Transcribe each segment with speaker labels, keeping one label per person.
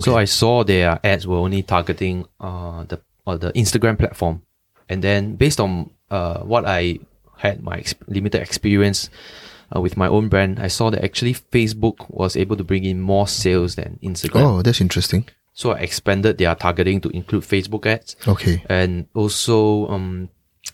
Speaker 1: So I saw their ads were only targeting uh, the uh, the Instagram platform, and then based on uh, what I had my ex- limited experience uh, with my own brand, I saw that actually Facebook was able to bring in more sales than Instagram.
Speaker 2: Oh, that's interesting.
Speaker 1: So I expanded their targeting to include Facebook ads,
Speaker 2: Okay.
Speaker 1: and also um,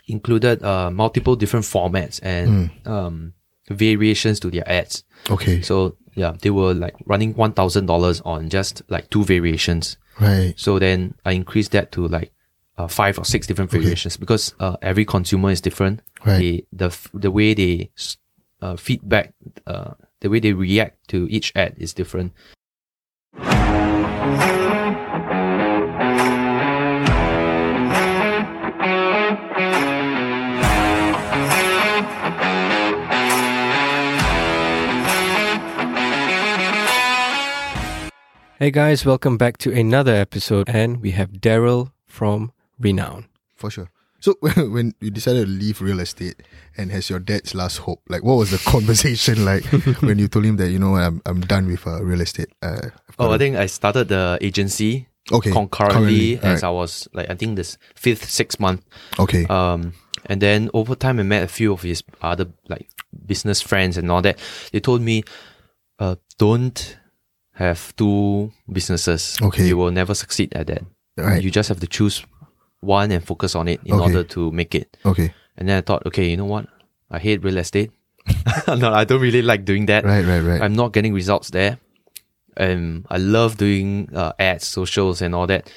Speaker 1: included uh, multiple different formats and um, variations to their ads.
Speaker 2: Hmm. Okay.
Speaker 1: So yeah, they were like running one thousand dollars on just like two variations.
Speaker 2: right.
Speaker 1: So then I increased that to like uh, five or six different variations because uh, every consumer is different.
Speaker 2: Right.
Speaker 1: They, the f- the way they s- uh, feedback, uh, the way they react to each ad is different.
Speaker 3: Hey guys, welcome back to another episode, and we have Daryl from Renown.
Speaker 2: For sure. So when you decided to leave real estate and has your dad's last hope, like what was the conversation like when you told him that you know I'm I'm done with uh, real estate? Uh, I've
Speaker 1: Oh, I
Speaker 2: got
Speaker 1: think I started the agency
Speaker 2: Okay,
Speaker 1: concurrently,
Speaker 2: currently,
Speaker 1: as
Speaker 2: alright.
Speaker 1: I was like I think this fifth sixth month.
Speaker 2: a- okay,
Speaker 1: Um, and then over time, I met a few of his other like business friends and all that. They told me, uh, don't have two businesses.
Speaker 2: Okay.
Speaker 1: You will never succeed at that.
Speaker 2: Right.
Speaker 1: You just have to choose one and focus on it in
Speaker 2: Okay.
Speaker 1: order to make it.
Speaker 2: okay,
Speaker 1: And then I thought, okay, you know what? I hate real estate. no, I don't really like doing that.
Speaker 2: right, right, right.
Speaker 1: I'm not getting results there. Um, I love doing uh, ads, socials, and all that,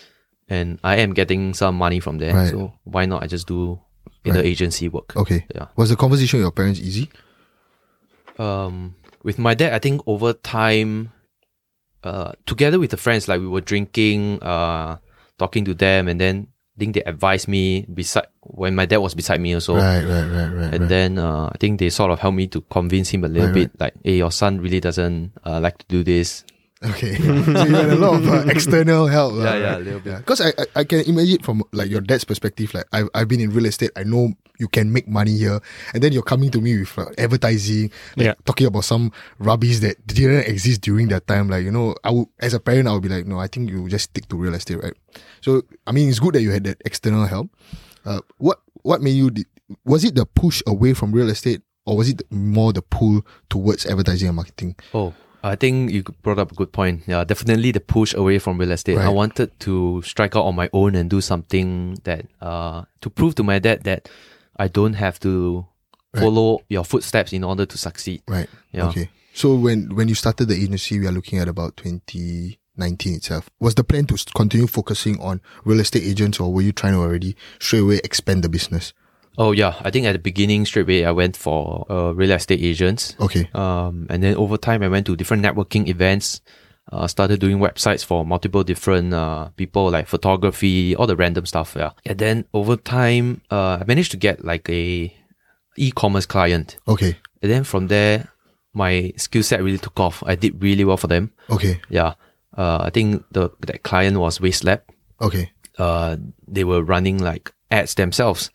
Speaker 1: and I am getting some money from there.
Speaker 2: Right. Oh.
Speaker 1: So why not? I just do in the agency work.
Speaker 2: okay.
Speaker 1: Yeah.
Speaker 2: Was the conversation with your parents easy?
Speaker 1: Um, with my dad, I think over time, uh, together with the friends, like we were drinking, uh, talking to them, and then I think they advised me beside when my dad was beside me also.
Speaker 2: Right, right, right, right.
Speaker 1: And
Speaker 2: right.
Speaker 1: then uh, Oh. I think they sort of helped me to convince him a little
Speaker 2: Right,
Speaker 1: bit, like, "Hey, your son really doesn't uh, like to do this.
Speaker 2: Okay, so you had a lot of uh, external help. lah,
Speaker 1: Yeah, yeah,
Speaker 2: right?
Speaker 1: a little bit.
Speaker 2: Because I, I, I can imagine from like your dad's perspective. Like I've, I've been in real estate. I know you can make money here, and then you're coming to me with uh, advertising, like
Speaker 3: Yeah.
Speaker 2: talking about some rubbish that didn't exist during that time. Like you know, I would as a parent, I would be like, no, I think you just stick to real estate, right? So I mean, it's good that you had that external help. Uh, what what made you? De- was it the push away from real estate, or was it more the pull towards advertising and marketing?
Speaker 1: Oh, I think you brought up a good point. Yeah, definitely the push away from real estate. I
Speaker 2: Right.
Speaker 1: wanted to strike out on my own and do something that uh to prove to my dad that I don't have to follow your footsteps in order to succeed.
Speaker 2: Right.
Speaker 1: Yeah.
Speaker 2: Okay. So when when you started the agency, we are looking at about 2019 itself. Was the plan to s- continue focusing on real estate agents, or were you trying to already straight away expand the business?
Speaker 1: Oh yeah, I think at the beginning straight away I went for uh, real estate agents.
Speaker 2: Okay.
Speaker 1: Um, and then over time I went to different networking events. Uh, started doing websites for multiple different uh, people like photography, all the random stuff. Yeah. And then over time, uh, I managed to get like a e-commerce client.
Speaker 2: Okay.
Speaker 1: And then from there, my skill set really took off. I did really well for them.
Speaker 2: Okay.
Speaker 1: Yeah. Uh, I think the that client was Waste Lab.
Speaker 2: Okay.
Speaker 1: Uh, they were running like ads themselves,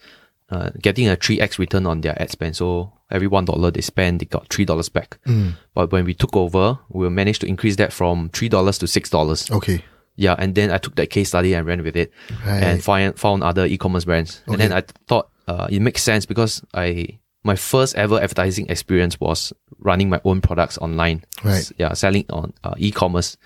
Speaker 1: uh, getting a 3x return on their ad spend. So every $1 they spend, they got $3 back.
Speaker 2: Hmm.
Speaker 1: But when we took over, we managed to increase that from $3 to $6.
Speaker 2: Okay.
Speaker 1: Yeah. And then I took that case study and ran with it
Speaker 2: Right.
Speaker 1: and find, found other e-commerce brands. And then I thought uh, it makes sense because I my first ever advertising experience was running my own products online.
Speaker 2: Right.
Speaker 1: S- yeah, selling on uh, e-commerce.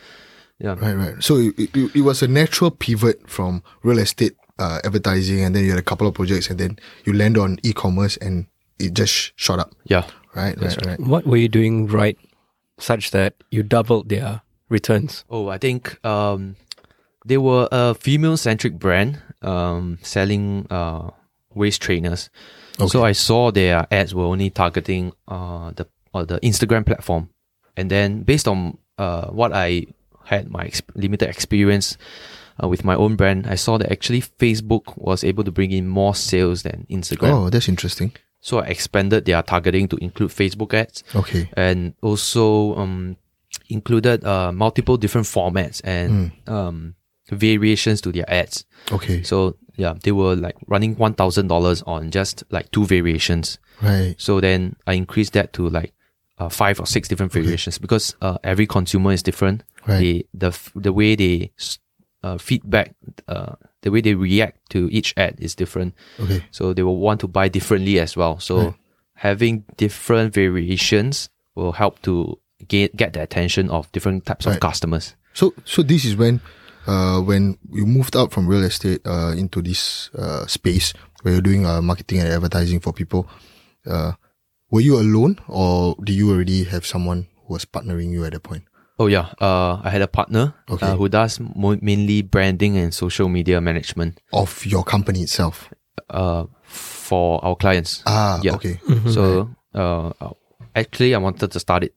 Speaker 1: Yeah.
Speaker 2: Right. Right. So it, it, it was a natural pivot from real estate uh, advertising, and then you had a couple of projects, and then you land on e-commerce, and it just sh- shot up.
Speaker 1: Yeah.
Speaker 2: Right. Right. Right.
Speaker 3: What were you doing right such that you doubled their returns?
Speaker 1: Oh, I think um, they were a female-centric brand um, selling uh, waist trainers. So I saw their ads were only targeting uh, the uh, the Instagram platform, and then based on uh, what I had my ex- limited experience uh, with my own brand, I saw that actually Facebook was able to bring in more sales than Instagram.
Speaker 2: Oh, that's interesting.
Speaker 1: So I expanded their targeting to include Facebook ads
Speaker 2: Okay.
Speaker 1: and also um, included uh, multiple different formats and
Speaker 2: Hmm.
Speaker 1: um, variations to their ads.
Speaker 2: Okay.
Speaker 1: So yeah, they were like running one thousand dollars on just like two variations.
Speaker 2: right.
Speaker 1: So then I increased that to like uh, five or six different variations because uh, every consumer is different.
Speaker 2: Right.
Speaker 1: They, the f- the way they s- uh, feedback, uh, the way they react to each ad is different.
Speaker 2: Okay.
Speaker 1: So they will want to buy differently as well. So
Speaker 2: Right.
Speaker 1: having different variations will help to get get the attention of different types
Speaker 2: Right.
Speaker 1: of customers.
Speaker 2: So so this is when uh when you moved out from real estate uh into this uh space where you're doing uh marketing and advertising for people. Uh were you alone or do you already have someone who was partnering you at that point?
Speaker 1: Oh yeah, uh, I had a partner
Speaker 2: Okay.
Speaker 1: uh, who does mo- mainly branding and social media management
Speaker 2: Of your company itself.
Speaker 1: uh, for our clients.
Speaker 2: Ah, Mm-hmm.
Speaker 1: Yeah.
Speaker 2: okay.
Speaker 1: So uh, actually, I wanted to start it,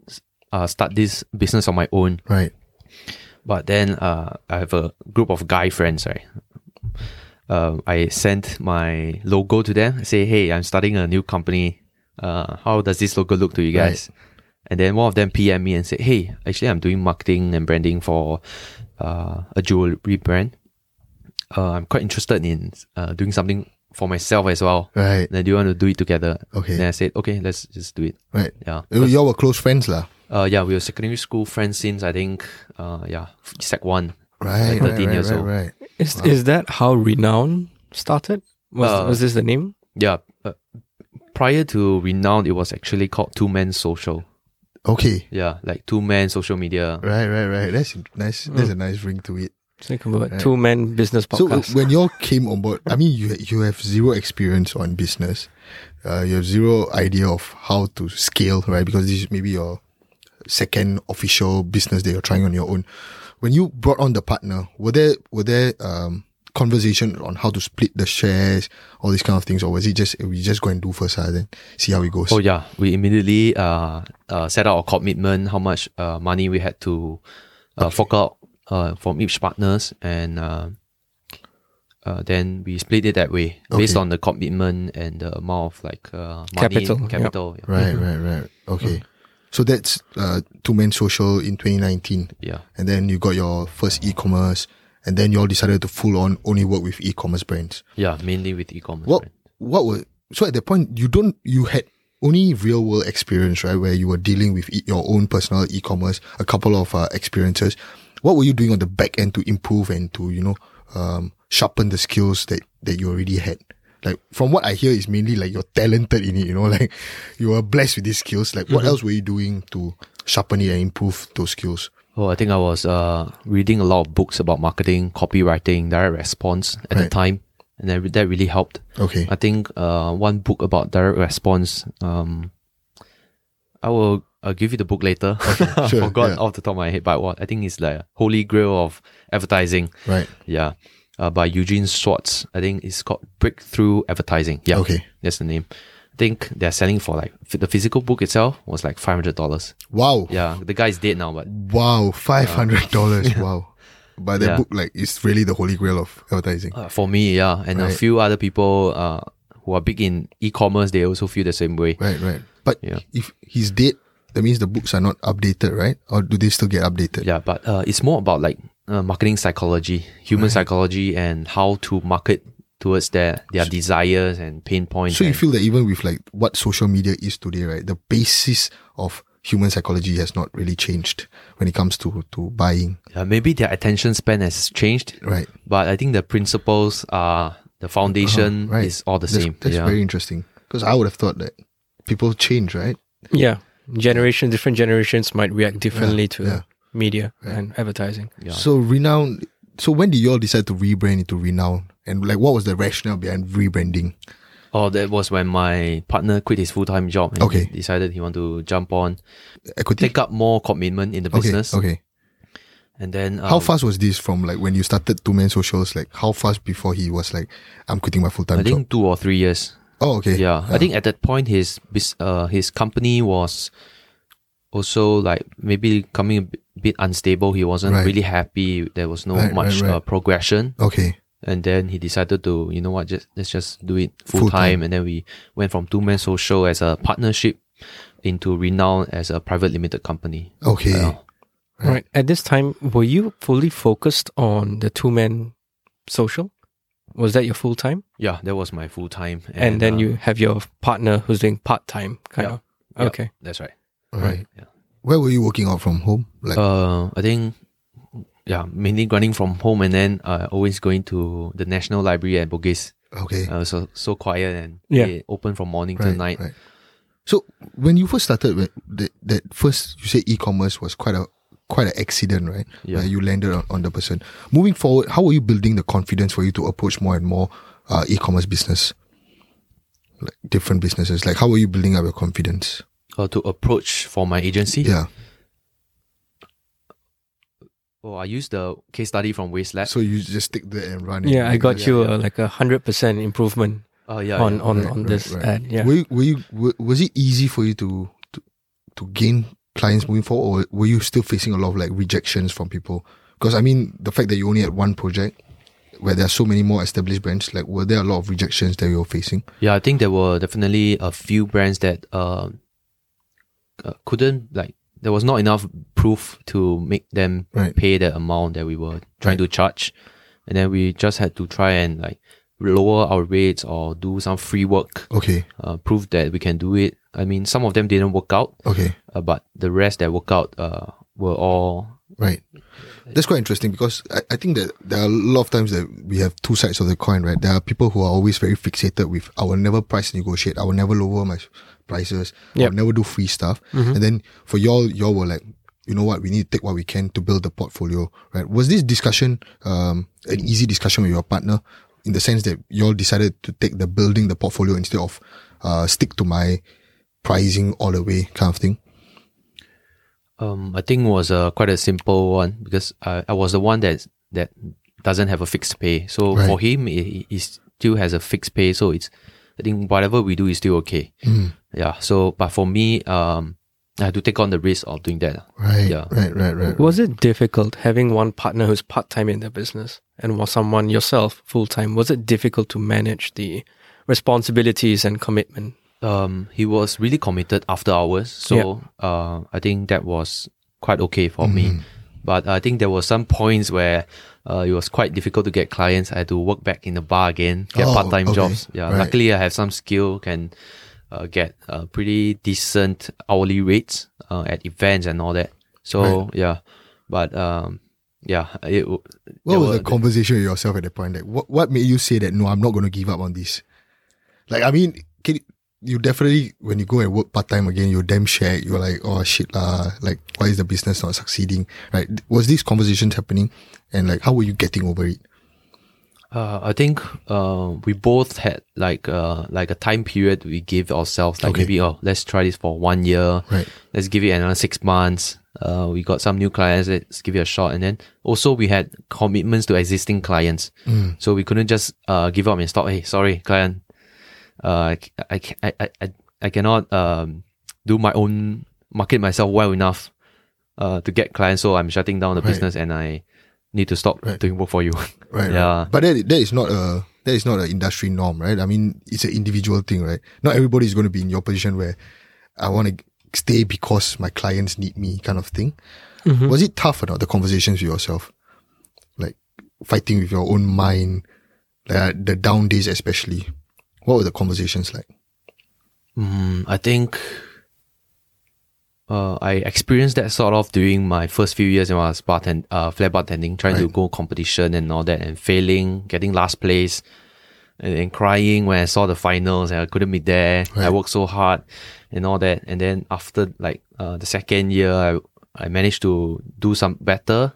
Speaker 1: uh, start this business on my own.
Speaker 2: Right.
Speaker 1: But then uh, I have a group of guy friends, right? Uh, I sent my logo to them. I say, hey, I'm starting a new company. Uh, how does this logo look to you guys? And then one of them PM me and said, hey, actually, I'm doing marketing and branding for uh, a jewelry brand. Uh, I'm quite interested in uh, doing something for myself as well.
Speaker 2: Right.
Speaker 1: Then do you want to do it together?
Speaker 2: Okay.
Speaker 1: Then I said, okay, let's just do it.
Speaker 2: Right.
Speaker 1: Yeah.
Speaker 2: You you all were close friends lah.
Speaker 1: Uh, yeah, we were secondary school friends since I think, uh, yeah, sec one.
Speaker 2: Right,
Speaker 1: Like
Speaker 2: right,
Speaker 1: 13
Speaker 2: right,
Speaker 1: years
Speaker 2: right,
Speaker 1: old.
Speaker 2: right.
Speaker 3: Is, is that how Renown started? Was,
Speaker 1: Uh,
Speaker 3: was this the name?
Speaker 1: Yeah. Uh, prior to Renown, it was actually called Two Men Social.
Speaker 2: Okay.
Speaker 1: Yeah, like Two Men Social Media.
Speaker 2: Right, right, right. That's nice. That's
Speaker 1: Hmm.
Speaker 2: a nice ring to it.
Speaker 3: Think about two man business
Speaker 2: uh, So
Speaker 3: podcast.
Speaker 2: when y'all came on board, I mean, you you have zero experience on business. Uh, you have zero idea of how to scale, right? Because this is maybe your second official business that you're trying on your own. When you brought on the partner, were there were there um, conversation on how to split the shares, all these kind of things, or was it just eh, we just go and do first, uh, then see how it goes?
Speaker 1: Oh, yeah. We immediately uh, uh, set out our commitment, how much uh, money we had to uh, fork out uh, from each partners. And uh, uh, then we split it that way based
Speaker 2: Okay.
Speaker 1: on the commitment and the amount of like uh, money,
Speaker 3: Capital, yep.
Speaker 1: Capital. yeah.
Speaker 2: Right, right, right. Okay. So that's uh, Two Men Social in 2019.
Speaker 1: Yeah.
Speaker 2: And then you got your first e commerce, and then you all decided to full on only work with e commerce brands.
Speaker 1: Yeah, mainly with e-commerce.
Speaker 2: What,
Speaker 1: brand.
Speaker 2: what were, so at that point, you don't, you had only real world experience, right? Where you were dealing with e- your own personal e commerce, a couple of uh, experiences. What were you doing on the back end to improve and to, you know, um, sharpen the skills that, that you already had? Like from what I hear is mainly like you're talented in it, you know, like you were blessed with these skills. Like what else were you doing to sharpen it and improve those skills?
Speaker 1: Oh, I think I was uh, reading a lot of books about marketing, copywriting, direct response at the
Speaker 2: Right.
Speaker 1: time, and that, re- that really helped.
Speaker 2: Okay.
Speaker 1: I think uh, one book about direct response. Um, I will I'll give you the book later. I
Speaker 2: sure,
Speaker 1: Forgot
Speaker 2: yeah.
Speaker 1: off the top of my head, but what I think it's like holy grail of advertising.
Speaker 2: Right.
Speaker 1: Yeah, uh, by Eugene Schwartz. I think it's called Breakthrough Advertising. Yeah,
Speaker 2: Okay.
Speaker 1: that's the name. I think they're selling for like f- the physical book itself was like five hundred dollars.
Speaker 2: Wow.
Speaker 1: Yeah, the guy's dead now, but
Speaker 2: Wow, five hundred dollars. Wow. But that
Speaker 1: Yeah.
Speaker 2: book, like, is really the holy grail of advertising.
Speaker 1: Uh, for me, yeah, and a
Speaker 2: Right.
Speaker 1: few other people uh, who are big in e-commerce, they also feel the same way.
Speaker 2: Right, right. But
Speaker 1: Yeah.
Speaker 2: if he's dead, that means the books are not updated, right? Or do they still get updated?
Speaker 1: Yeah, but uh, it's more about like uh, marketing psychology, human psychology, and how to market towards their their desires and pain points.
Speaker 2: So you
Speaker 1: and-
Speaker 2: feel that even with like what social media is today, right? The basis of human psychology has not really changed when it comes to to buying,
Speaker 1: uh, maybe their attention span has changed,
Speaker 2: right?
Speaker 1: but I think the principles are the foundation
Speaker 2: Uh-huh. Right.
Speaker 1: is all the
Speaker 2: That's-
Speaker 1: same.
Speaker 2: That's
Speaker 1: yeah.
Speaker 2: very interesting because I would have thought that people change, right?
Speaker 3: yeah. Generation, different generations might react differently to
Speaker 2: yeah.
Speaker 3: media and advertising.
Speaker 1: Yeah.
Speaker 2: So renown. So when did you all decide to rebrand into renown? And like, what was the rationale behind rebranding?
Speaker 1: oh, that was when my partner quit his full time job and
Speaker 2: Okay.
Speaker 1: he decided he wanted to jump on,
Speaker 2: Equity.
Speaker 1: take up more commitment in the
Speaker 2: okay.
Speaker 1: business,
Speaker 2: Okay.
Speaker 1: and then um,
Speaker 2: How fast was this from like when you started two man socials? Like how fast before he was like, I'm quitting my full
Speaker 1: I
Speaker 2: time job?
Speaker 1: think two or three years.
Speaker 2: Oh, okay.
Speaker 1: yeah, I think at that point his bus- uh, his company was also like maybe coming a b- bit unstable. He wasn't
Speaker 2: Right.
Speaker 1: really happy. There was no
Speaker 2: Right,
Speaker 1: much
Speaker 2: right, right.
Speaker 1: Uh, progression,
Speaker 2: Okay.
Speaker 1: and then he decided to you know what, just let's just do it full
Speaker 2: Full-time.
Speaker 1: time. And then we went from two man social as a partnership into renown as a private limited company. Uh,
Speaker 2: Okay.
Speaker 1: Yeah.
Speaker 2: Right.
Speaker 3: Right. At this time, were you fully focused on the two man social? Was that your full time?
Speaker 1: yeah, that was my full time.
Speaker 3: And, then
Speaker 1: uh,
Speaker 3: you have your partner who's doing part time kind
Speaker 1: Yeah.
Speaker 3: of.
Speaker 1: yeah,
Speaker 3: Okay.
Speaker 1: that's right.
Speaker 2: Right.
Speaker 1: Yeah.
Speaker 2: Where were you working out from home? Like
Speaker 1: Uh, I think, yeah, mainly grinding from home and then uh, always going to the National Library at Bugis.
Speaker 2: okay,
Speaker 1: Uh, so so quiet and
Speaker 3: Yeah.
Speaker 1: they open from morning till
Speaker 2: right,
Speaker 1: night.
Speaker 2: right. So when you first started, with that, that first you say e-commerce was quite a quite an accident, right?
Speaker 1: Yeah.
Speaker 2: Where you landed on, on the person. Moving forward, how are you building the confidence for you to approach more and more uh, e-commerce business, like different businesses? Like how are you building up your confidence?
Speaker 1: Uh, to approach for my agency.
Speaker 2: Yeah.
Speaker 1: Oh, I use the case study from Waste Lab.
Speaker 2: So you just stick there and run. it.
Speaker 3: Uh, Yeah, I
Speaker 2: Like,
Speaker 3: got
Speaker 2: yeah,
Speaker 3: you
Speaker 2: yeah.
Speaker 3: uh, like a hundred percent improvement
Speaker 1: Uh, yeah,
Speaker 3: on
Speaker 1: yeah.
Speaker 3: on
Speaker 2: Right,
Speaker 3: on
Speaker 2: right,
Speaker 3: this
Speaker 2: right.
Speaker 3: ad. Yeah.
Speaker 2: Were you, were you were, was it easy for you to, to to gain clients moving forward, or were you still facing a lot of like rejections from people? Because I mean, the fact that you only had one project where there are so many more established brands, like were there a lot of rejections that you were facing?
Speaker 1: Yeah, I think there were definitely a few brands that um, uh, couldn't like there was not enough proof to make them
Speaker 2: Right.
Speaker 1: pay the amount that we were trying to charge, and then we just had to try and like lower our rates or do some free work,
Speaker 2: Okay,
Speaker 1: uh, prove that we can do it. I mean, some of them didn't work out,
Speaker 2: okay,
Speaker 1: uh, but the rest that worked out uh, were all
Speaker 2: right. That's quite interesting because I, I think that there are a lot of times that we have two sides of the coin, right? There are people who are always very fixated with I will never price negotiate, I will never lower my prices, I
Speaker 3: Yep.
Speaker 2: will never do free stuff. And then for y'all, y'all were like, you know what, we need to take what we can to build the portfolio, right? Was this discussion um, an easy discussion with your partner in the sense that y'all decided to take the building the portfolio instead of uh, stick to my pricing all the way kind of thing?
Speaker 1: Um, I think it was uh, quite a simple one because I, I was the one that that doesn't have a fixed pay. So
Speaker 2: Right.
Speaker 1: for him, he, he still has a fixed pay. So it's I think whatever we do is still okay.
Speaker 2: Mm,
Speaker 1: Yeah. So but for me, um, I had to take on the risk of doing that.
Speaker 2: right,
Speaker 1: Yeah.
Speaker 2: right, right, right.
Speaker 3: Was it difficult having one partner who's part time in the business and was someone yourself full time? Was it difficult to manage the responsibilities and commitment?
Speaker 1: Um, he was really committed after hours. So uh, I think that was quite okay for
Speaker 2: Mm-hmm.
Speaker 1: me. But I think there were some points where uh, it was quite difficult to get clients. I had to work back in the bar again, get
Speaker 2: Oh,
Speaker 1: part-time
Speaker 2: okay.
Speaker 1: jobs. Yeah,
Speaker 2: Right.
Speaker 1: luckily I have some skill, can uh, get uh, pretty decent hourly rates uh, at events and all that. So yeah, but um, yeah, it. w-
Speaker 2: What
Speaker 1: there
Speaker 2: was
Speaker 1: were-
Speaker 2: the conversation with yourself at that point? Like, what, what made you say that, no, I'm not going to give up on this? Like, I mean, can you, you definitely, when you go and work part time again, you're damn shagged. You're like, oh shit, lah. Like, why is the business not succeeding? Right. Was these conversations happening? And like, how were you getting over it?
Speaker 1: Uh, I think uh, we both had like uh, like a time period we give ourselves like
Speaker 2: Okay.
Speaker 1: maybe oh let's try this for one year
Speaker 2: Right.
Speaker 1: let's give it another six months uh, we got some new clients let's give it a shot and then also we had commitments to existing clients
Speaker 2: Mm.
Speaker 1: so we couldn't just uh, give up and stop hey sorry client uh, I, c- I, c- I- I- I- I cannot um, do my own market myself well enough uh, to get clients so I'm shutting down the
Speaker 2: Right.
Speaker 1: business and I need to stop
Speaker 2: Right.
Speaker 1: doing work for you
Speaker 2: Right. right.
Speaker 1: Yeah.
Speaker 2: But that, that is not a, that is not an industry norm, right? I mean, it's an individual thing, right? Not everybody is going to be in your position where I want to stay because my clients need me kind of thing.
Speaker 1: Mm-hmm.
Speaker 2: Was it tough or not, the conversations with yourself? Like fighting with your own mind, like uh, the down days especially. What were the conversations like?
Speaker 1: Mm, I think uh, I experienced that sort of during my first few years when I was bartend, uh, flair bartending, trying to
Speaker 2: Right.
Speaker 1: go competition and all that, and failing, getting last place, and, and crying when I saw the finals and I couldn't be there. I
Speaker 2: Right.
Speaker 1: worked so hard and all that, and then after like uh, the second year, I I managed to do some better,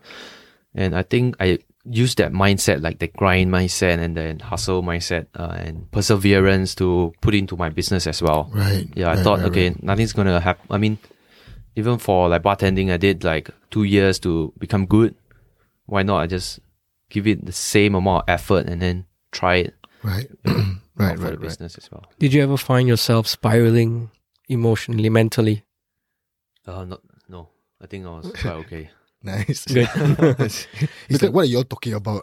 Speaker 1: and I think I used that mindset, like the grind mindset and then hustle mindset uh, and perseverance to put into my business as well.
Speaker 2: Right.
Speaker 1: Yeah, I thought okay, nothing's gonna happen. I mean, even for like bartending, I did like two years to become good. Why not? I just give it the same amount of effort and then try it
Speaker 2: Right.
Speaker 1: out
Speaker 2: right,
Speaker 1: for the
Speaker 2: right, right.
Speaker 1: business as well.
Speaker 3: Did you ever find yourself spiraling emotionally, mentally?
Speaker 1: Uh, no, no, I think I was quite okay.
Speaker 2: Nice.
Speaker 3: Good.
Speaker 2: it's like, what are you all talking about?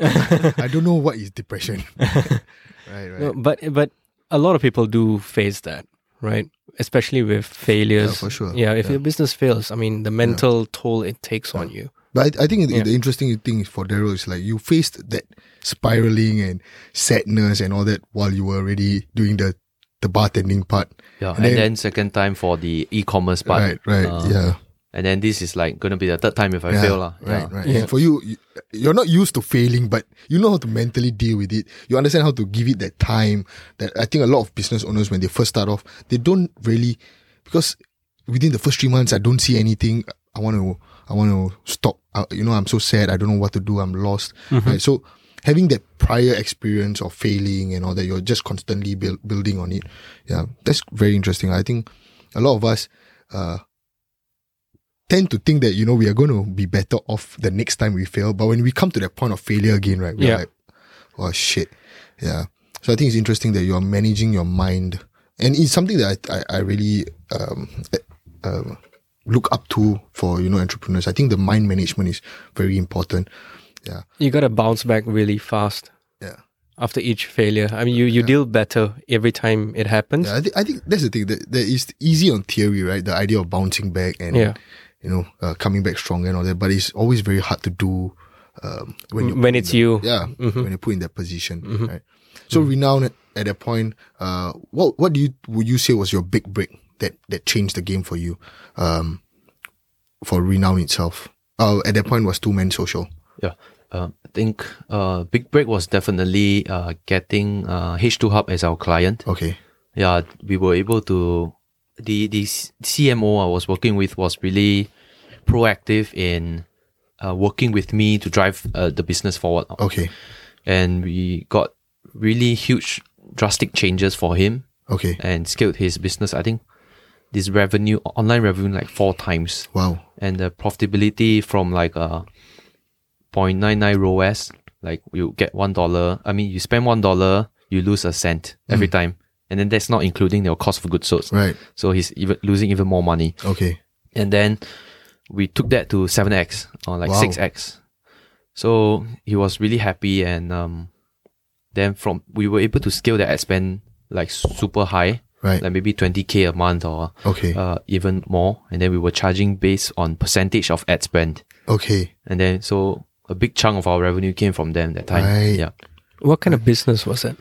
Speaker 2: I don't know what is depression. right, right.
Speaker 3: No, but but a lot of people do face that, right? Especially with failures.
Speaker 2: for sure.
Speaker 3: Yeah, if
Speaker 2: Yeah.
Speaker 3: your business fails, I mean, the mental toll it takes on you.
Speaker 2: But I, I think the-
Speaker 3: Yeah.
Speaker 2: the interesting thing for Daryl is like you faced that spiraling and sadness and all that while you were already doing the the bartending part.
Speaker 1: Yeah, and, then, second time for the e-commerce part.
Speaker 2: right, right,
Speaker 1: Uh,
Speaker 2: yeah,
Speaker 1: And then this is like gonna be the third time if I
Speaker 2: yeah,
Speaker 1: fail lah.
Speaker 2: right,
Speaker 1: Yeah.
Speaker 2: right. And for you, you- you're not used to failing, but you know how to mentally deal with it. You understand how to give it that time. That I think a lot of business owners when they first start off, they don't really because within the first three months, I don't see anything. I want to, I want to stop. Uh, you know, I'm so sad. I don't know what to do. I'm lost. Right? So having that prior experience of failing and all that, you're just constantly build, building on it. Yeah, that's very interesting. I think a lot of us uh, tend to think that you know we are going to be better off the next time we fail, but when we come to that point of failure again, right? We're
Speaker 3: Yeah.
Speaker 2: like, oh shit, yeah. So I think it's interesting that you are managing your mind, and it's something that I I, I really um, eh, um, look up to for you know entrepreneurs. I think the mind management is very important. Yeah,
Speaker 3: You gotta bounce back really fast
Speaker 2: yeah.
Speaker 3: after each failure. I mean, you you deal better every time it happens.
Speaker 2: Yeah, I, think I think that's the thing that, that is easy on theory, right? The idea of bouncing back and
Speaker 3: Yeah.
Speaker 2: you know uh, coming back stronger and all that, but it's always very hard to do um, when you
Speaker 3: When it's you,
Speaker 2: yeah
Speaker 3: Mm-hmm.
Speaker 2: when you put in that position, right? So renown at, at that point, uh, what what do you would you say was your big break that that changed the game for you, um, for renown itself? Uh, at that point was two men social.
Speaker 1: Yeah. Uh, I think uh, Big Break was definitely uh, getting uh, H2 Hub as our client.
Speaker 2: Okay,
Speaker 1: Yeah, we were able to. The, the C- CMO I was working with was really proactive in uh, working with me to drive uh, the business forward.
Speaker 2: okay,
Speaker 1: And we got really huge, drastic changes for him
Speaker 2: okay.
Speaker 1: and scaled his business. I think this revenue, online revenue, like four times
Speaker 2: Wow.
Speaker 1: and the profitability from like uh, a 0.99 ROAS, like you get one dollar. I mean, you spend one dollar, you lose a cent every time, and then that's not including your cost of goods sold.
Speaker 2: Mm. Right.
Speaker 1: So he's even losing even more money.
Speaker 2: Okay.
Speaker 1: And then we took that to seven x or like
Speaker 2: Wow.
Speaker 1: six x. So he was really happy, and um, then from we were able to scale the ad spend like super high,
Speaker 2: Right.
Speaker 1: like maybe twenty k a month or
Speaker 2: Okay.
Speaker 1: uh, even more. And then we were charging based on percentage of ad spend.
Speaker 2: okay.
Speaker 1: And then so a big chunk of our revenue came from them that time.
Speaker 2: Right.
Speaker 1: Yeah.
Speaker 3: what kind of business was it?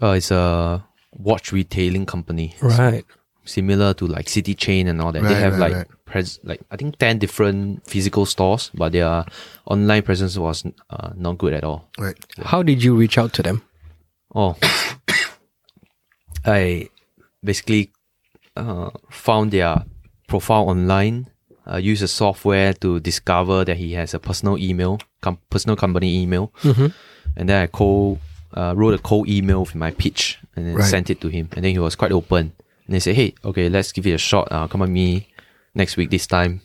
Speaker 1: Uh, it's a watch retailing company
Speaker 3: Right.
Speaker 1: similar to like City Chain and all that. they
Speaker 2: Right,
Speaker 1: have
Speaker 2: right,
Speaker 1: like
Speaker 2: right.
Speaker 1: pres- like I think 10 different physical stores, but their online presence was uh, not good at all.
Speaker 2: Right.
Speaker 3: How did you reach out to them?
Speaker 1: Oh. I basically uh, found their profile online. Uh, use a software to discover that he has a personal email, com- personal company email,
Speaker 2: Mm-hmm.
Speaker 1: and then I cold, uh, wrote a cold email with my pitch and then
Speaker 2: Right.
Speaker 1: sent it to him. And then he was quite open. And he said, "Hey, okay, let's give it a shot. Uh, come on me next week this time."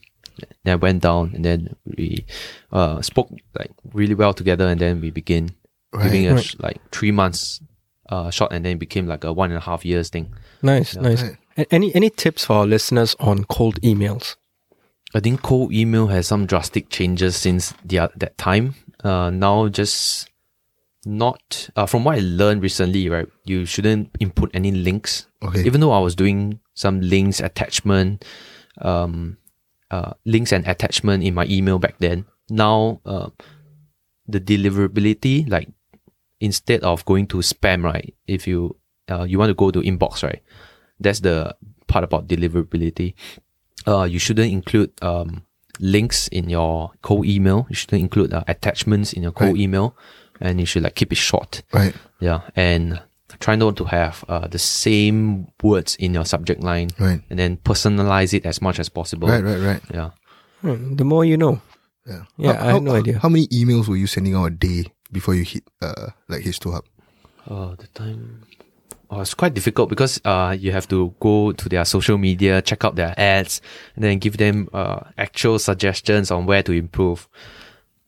Speaker 1: Then I went down and then we uh, spoke like really well together, and then we begin giving
Speaker 2: Right.
Speaker 1: a sh- like three months uh, shot, and then it became like a one and a half years thing.
Speaker 3: Nice, nice.
Speaker 2: Right.
Speaker 3: A- Any any tips for our listeners on cold emails?
Speaker 1: I think cold email has some drastic changes since the, that time. Uh, now just not uh, from what I learned recently, right? You shouldn't input any links.
Speaker 2: Okay.
Speaker 1: Even though I was doing some links attachment, um, uh, links and attachment in my email back then. Now, uh, the deliverability, like instead of going to spam, right? If you uh, you want to go to inbox, right? That's the part about deliverability uh, you shouldn't include um, links in your cold email. You shouldn't include uh, attachments in your cold
Speaker 2: Right.
Speaker 1: email, and you should like keep it short.
Speaker 2: Right.
Speaker 1: Yeah, and try not to have uh, the same words in your subject line,
Speaker 2: Right.
Speaker 1: and then personalize it as much as possible.
Speaker 2: Right. Right. Right.
Speaker 1: Yeah,
Speaker 3: Hmm, the more you know.
Speaker 2: Yeah.
Speaker 3: Yeah, I had no idea.
Speaker 2: How many emails were you sending out a day before you hit uh like H2 Hub?
Speaker 1: uh, the time. Oh, it's quite difficult because uh, you have to go to their social media, check out their ads, and then give them uh, actual suggestions on where to improve.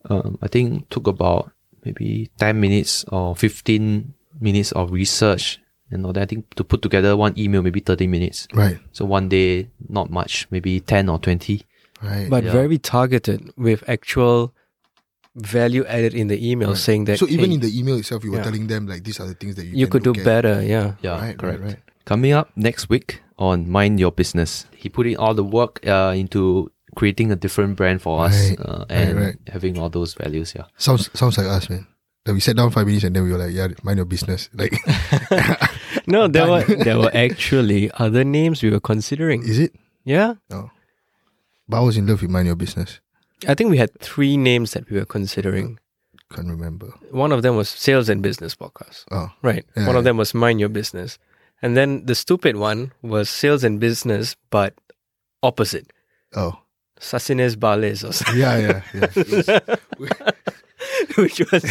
Speaker 1: Um, I think took about maybe ten minutes or fifteen minutes of research and all that. I think to put together one email, maybe thirty minutes.
Speaker 2: Right.
Speaker 1: So one day, not much, maybe ten or twenty.
Speaker 2: Right.
Speaker 3: But
Speaker 1: Yeah.
Speaker 3: very targeted with actual value added in the email saying that
Speaker 2: so even
Speaker 3: hey,
Speaker 2: in the email itself, you were
Speaker 3: Yeah.
Speaker 2: telling them like these are the things that you
Speaker 3: you
Speaker 2: can
Speaker 3: could do
Speaker 2: look at.
Speaker 3: better, yeah.
Speaker 1: Yeah,
Speaker 2: Right,
Speaker 1: correct.
Speaker 2: right, right.
Speaker 1: Coming up next week on Mind Your Business, he put in all the work uh, into creating a different brand for us
Speaker 2: Right,
Speaker 1: uh, and
Speaker 2: right.
Speaker 1: having all those values. Yeah,
Speaker 2: Sounds sounds like us, man. That we sat down five minutes and then we were like, yeah, mind your business. Like
Speaker 3: No, there were
Speaker 2: Done.
Speaker 3: there were actually other names we were considering.
Speaker 2: Is it?
Speaker 3: Yeah,
Speaker 2: But I was in love with Mind Your Business.
Speaker 3: I think we had three names that we were considering.
Speaker 2: Can't remember.
Speaker 3: One of them was sales and business podcast,
Speaker 2: Oh,
Speaker 3: right?
Speaker 2: Yeah,
Speaker 3: one of
Speaker 2: yeah.
Speaker 3: them was mind your business, and then the stupid one was sales and business, but opposite.
Speaker 2: oh,
Speaker 3: Sasines Bales or something.
Speaker 2: yeah, yeah, yeah.
Speaker 3: Which was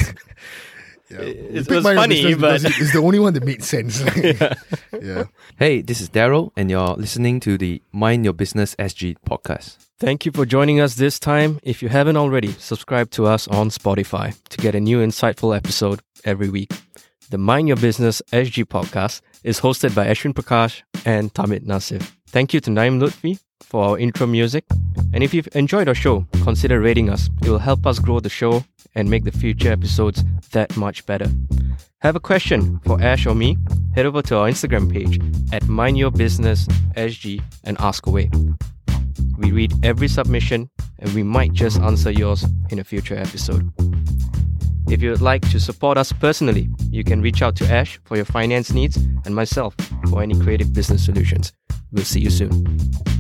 Speaker 2: yeah.
Speaker 3: It-
Speaker 2: We
Speaker 3: it
Speaker 2: picked
Speaker 3: was
Speaker 2: Mind Your
Speaker 3: funny,
Speaker 2: Business because
Speaker 3: but-
Speaker 2: it- it's the only one that made sense. yeah.
Speaker 1: Hey, this is Daryl, and you're listening to the Mind Your Business SG podcast.
Speaker 3: Thank you for joining us this time. If you haven't already, subscribe to us on Spotify to get a new insightful episode every week. The Mind Your Business SG podcast is hosted by Ashwin Prakash and Tamit Nasif. Thank you to Naim Lutfi for our intro music. And if you've enjoyed our show, consider rating us. It will help us grow the show and make the future episodes that much better. Have a question for Ash or me? Head over to our Instagram page at Mind Your Business SG and ask away. We read every submission and we might just answer yours in a future episode. If you would like to support us personally, you can reach out to Ash for your finance needs and myself for any creative business solutions. We'll see you soon.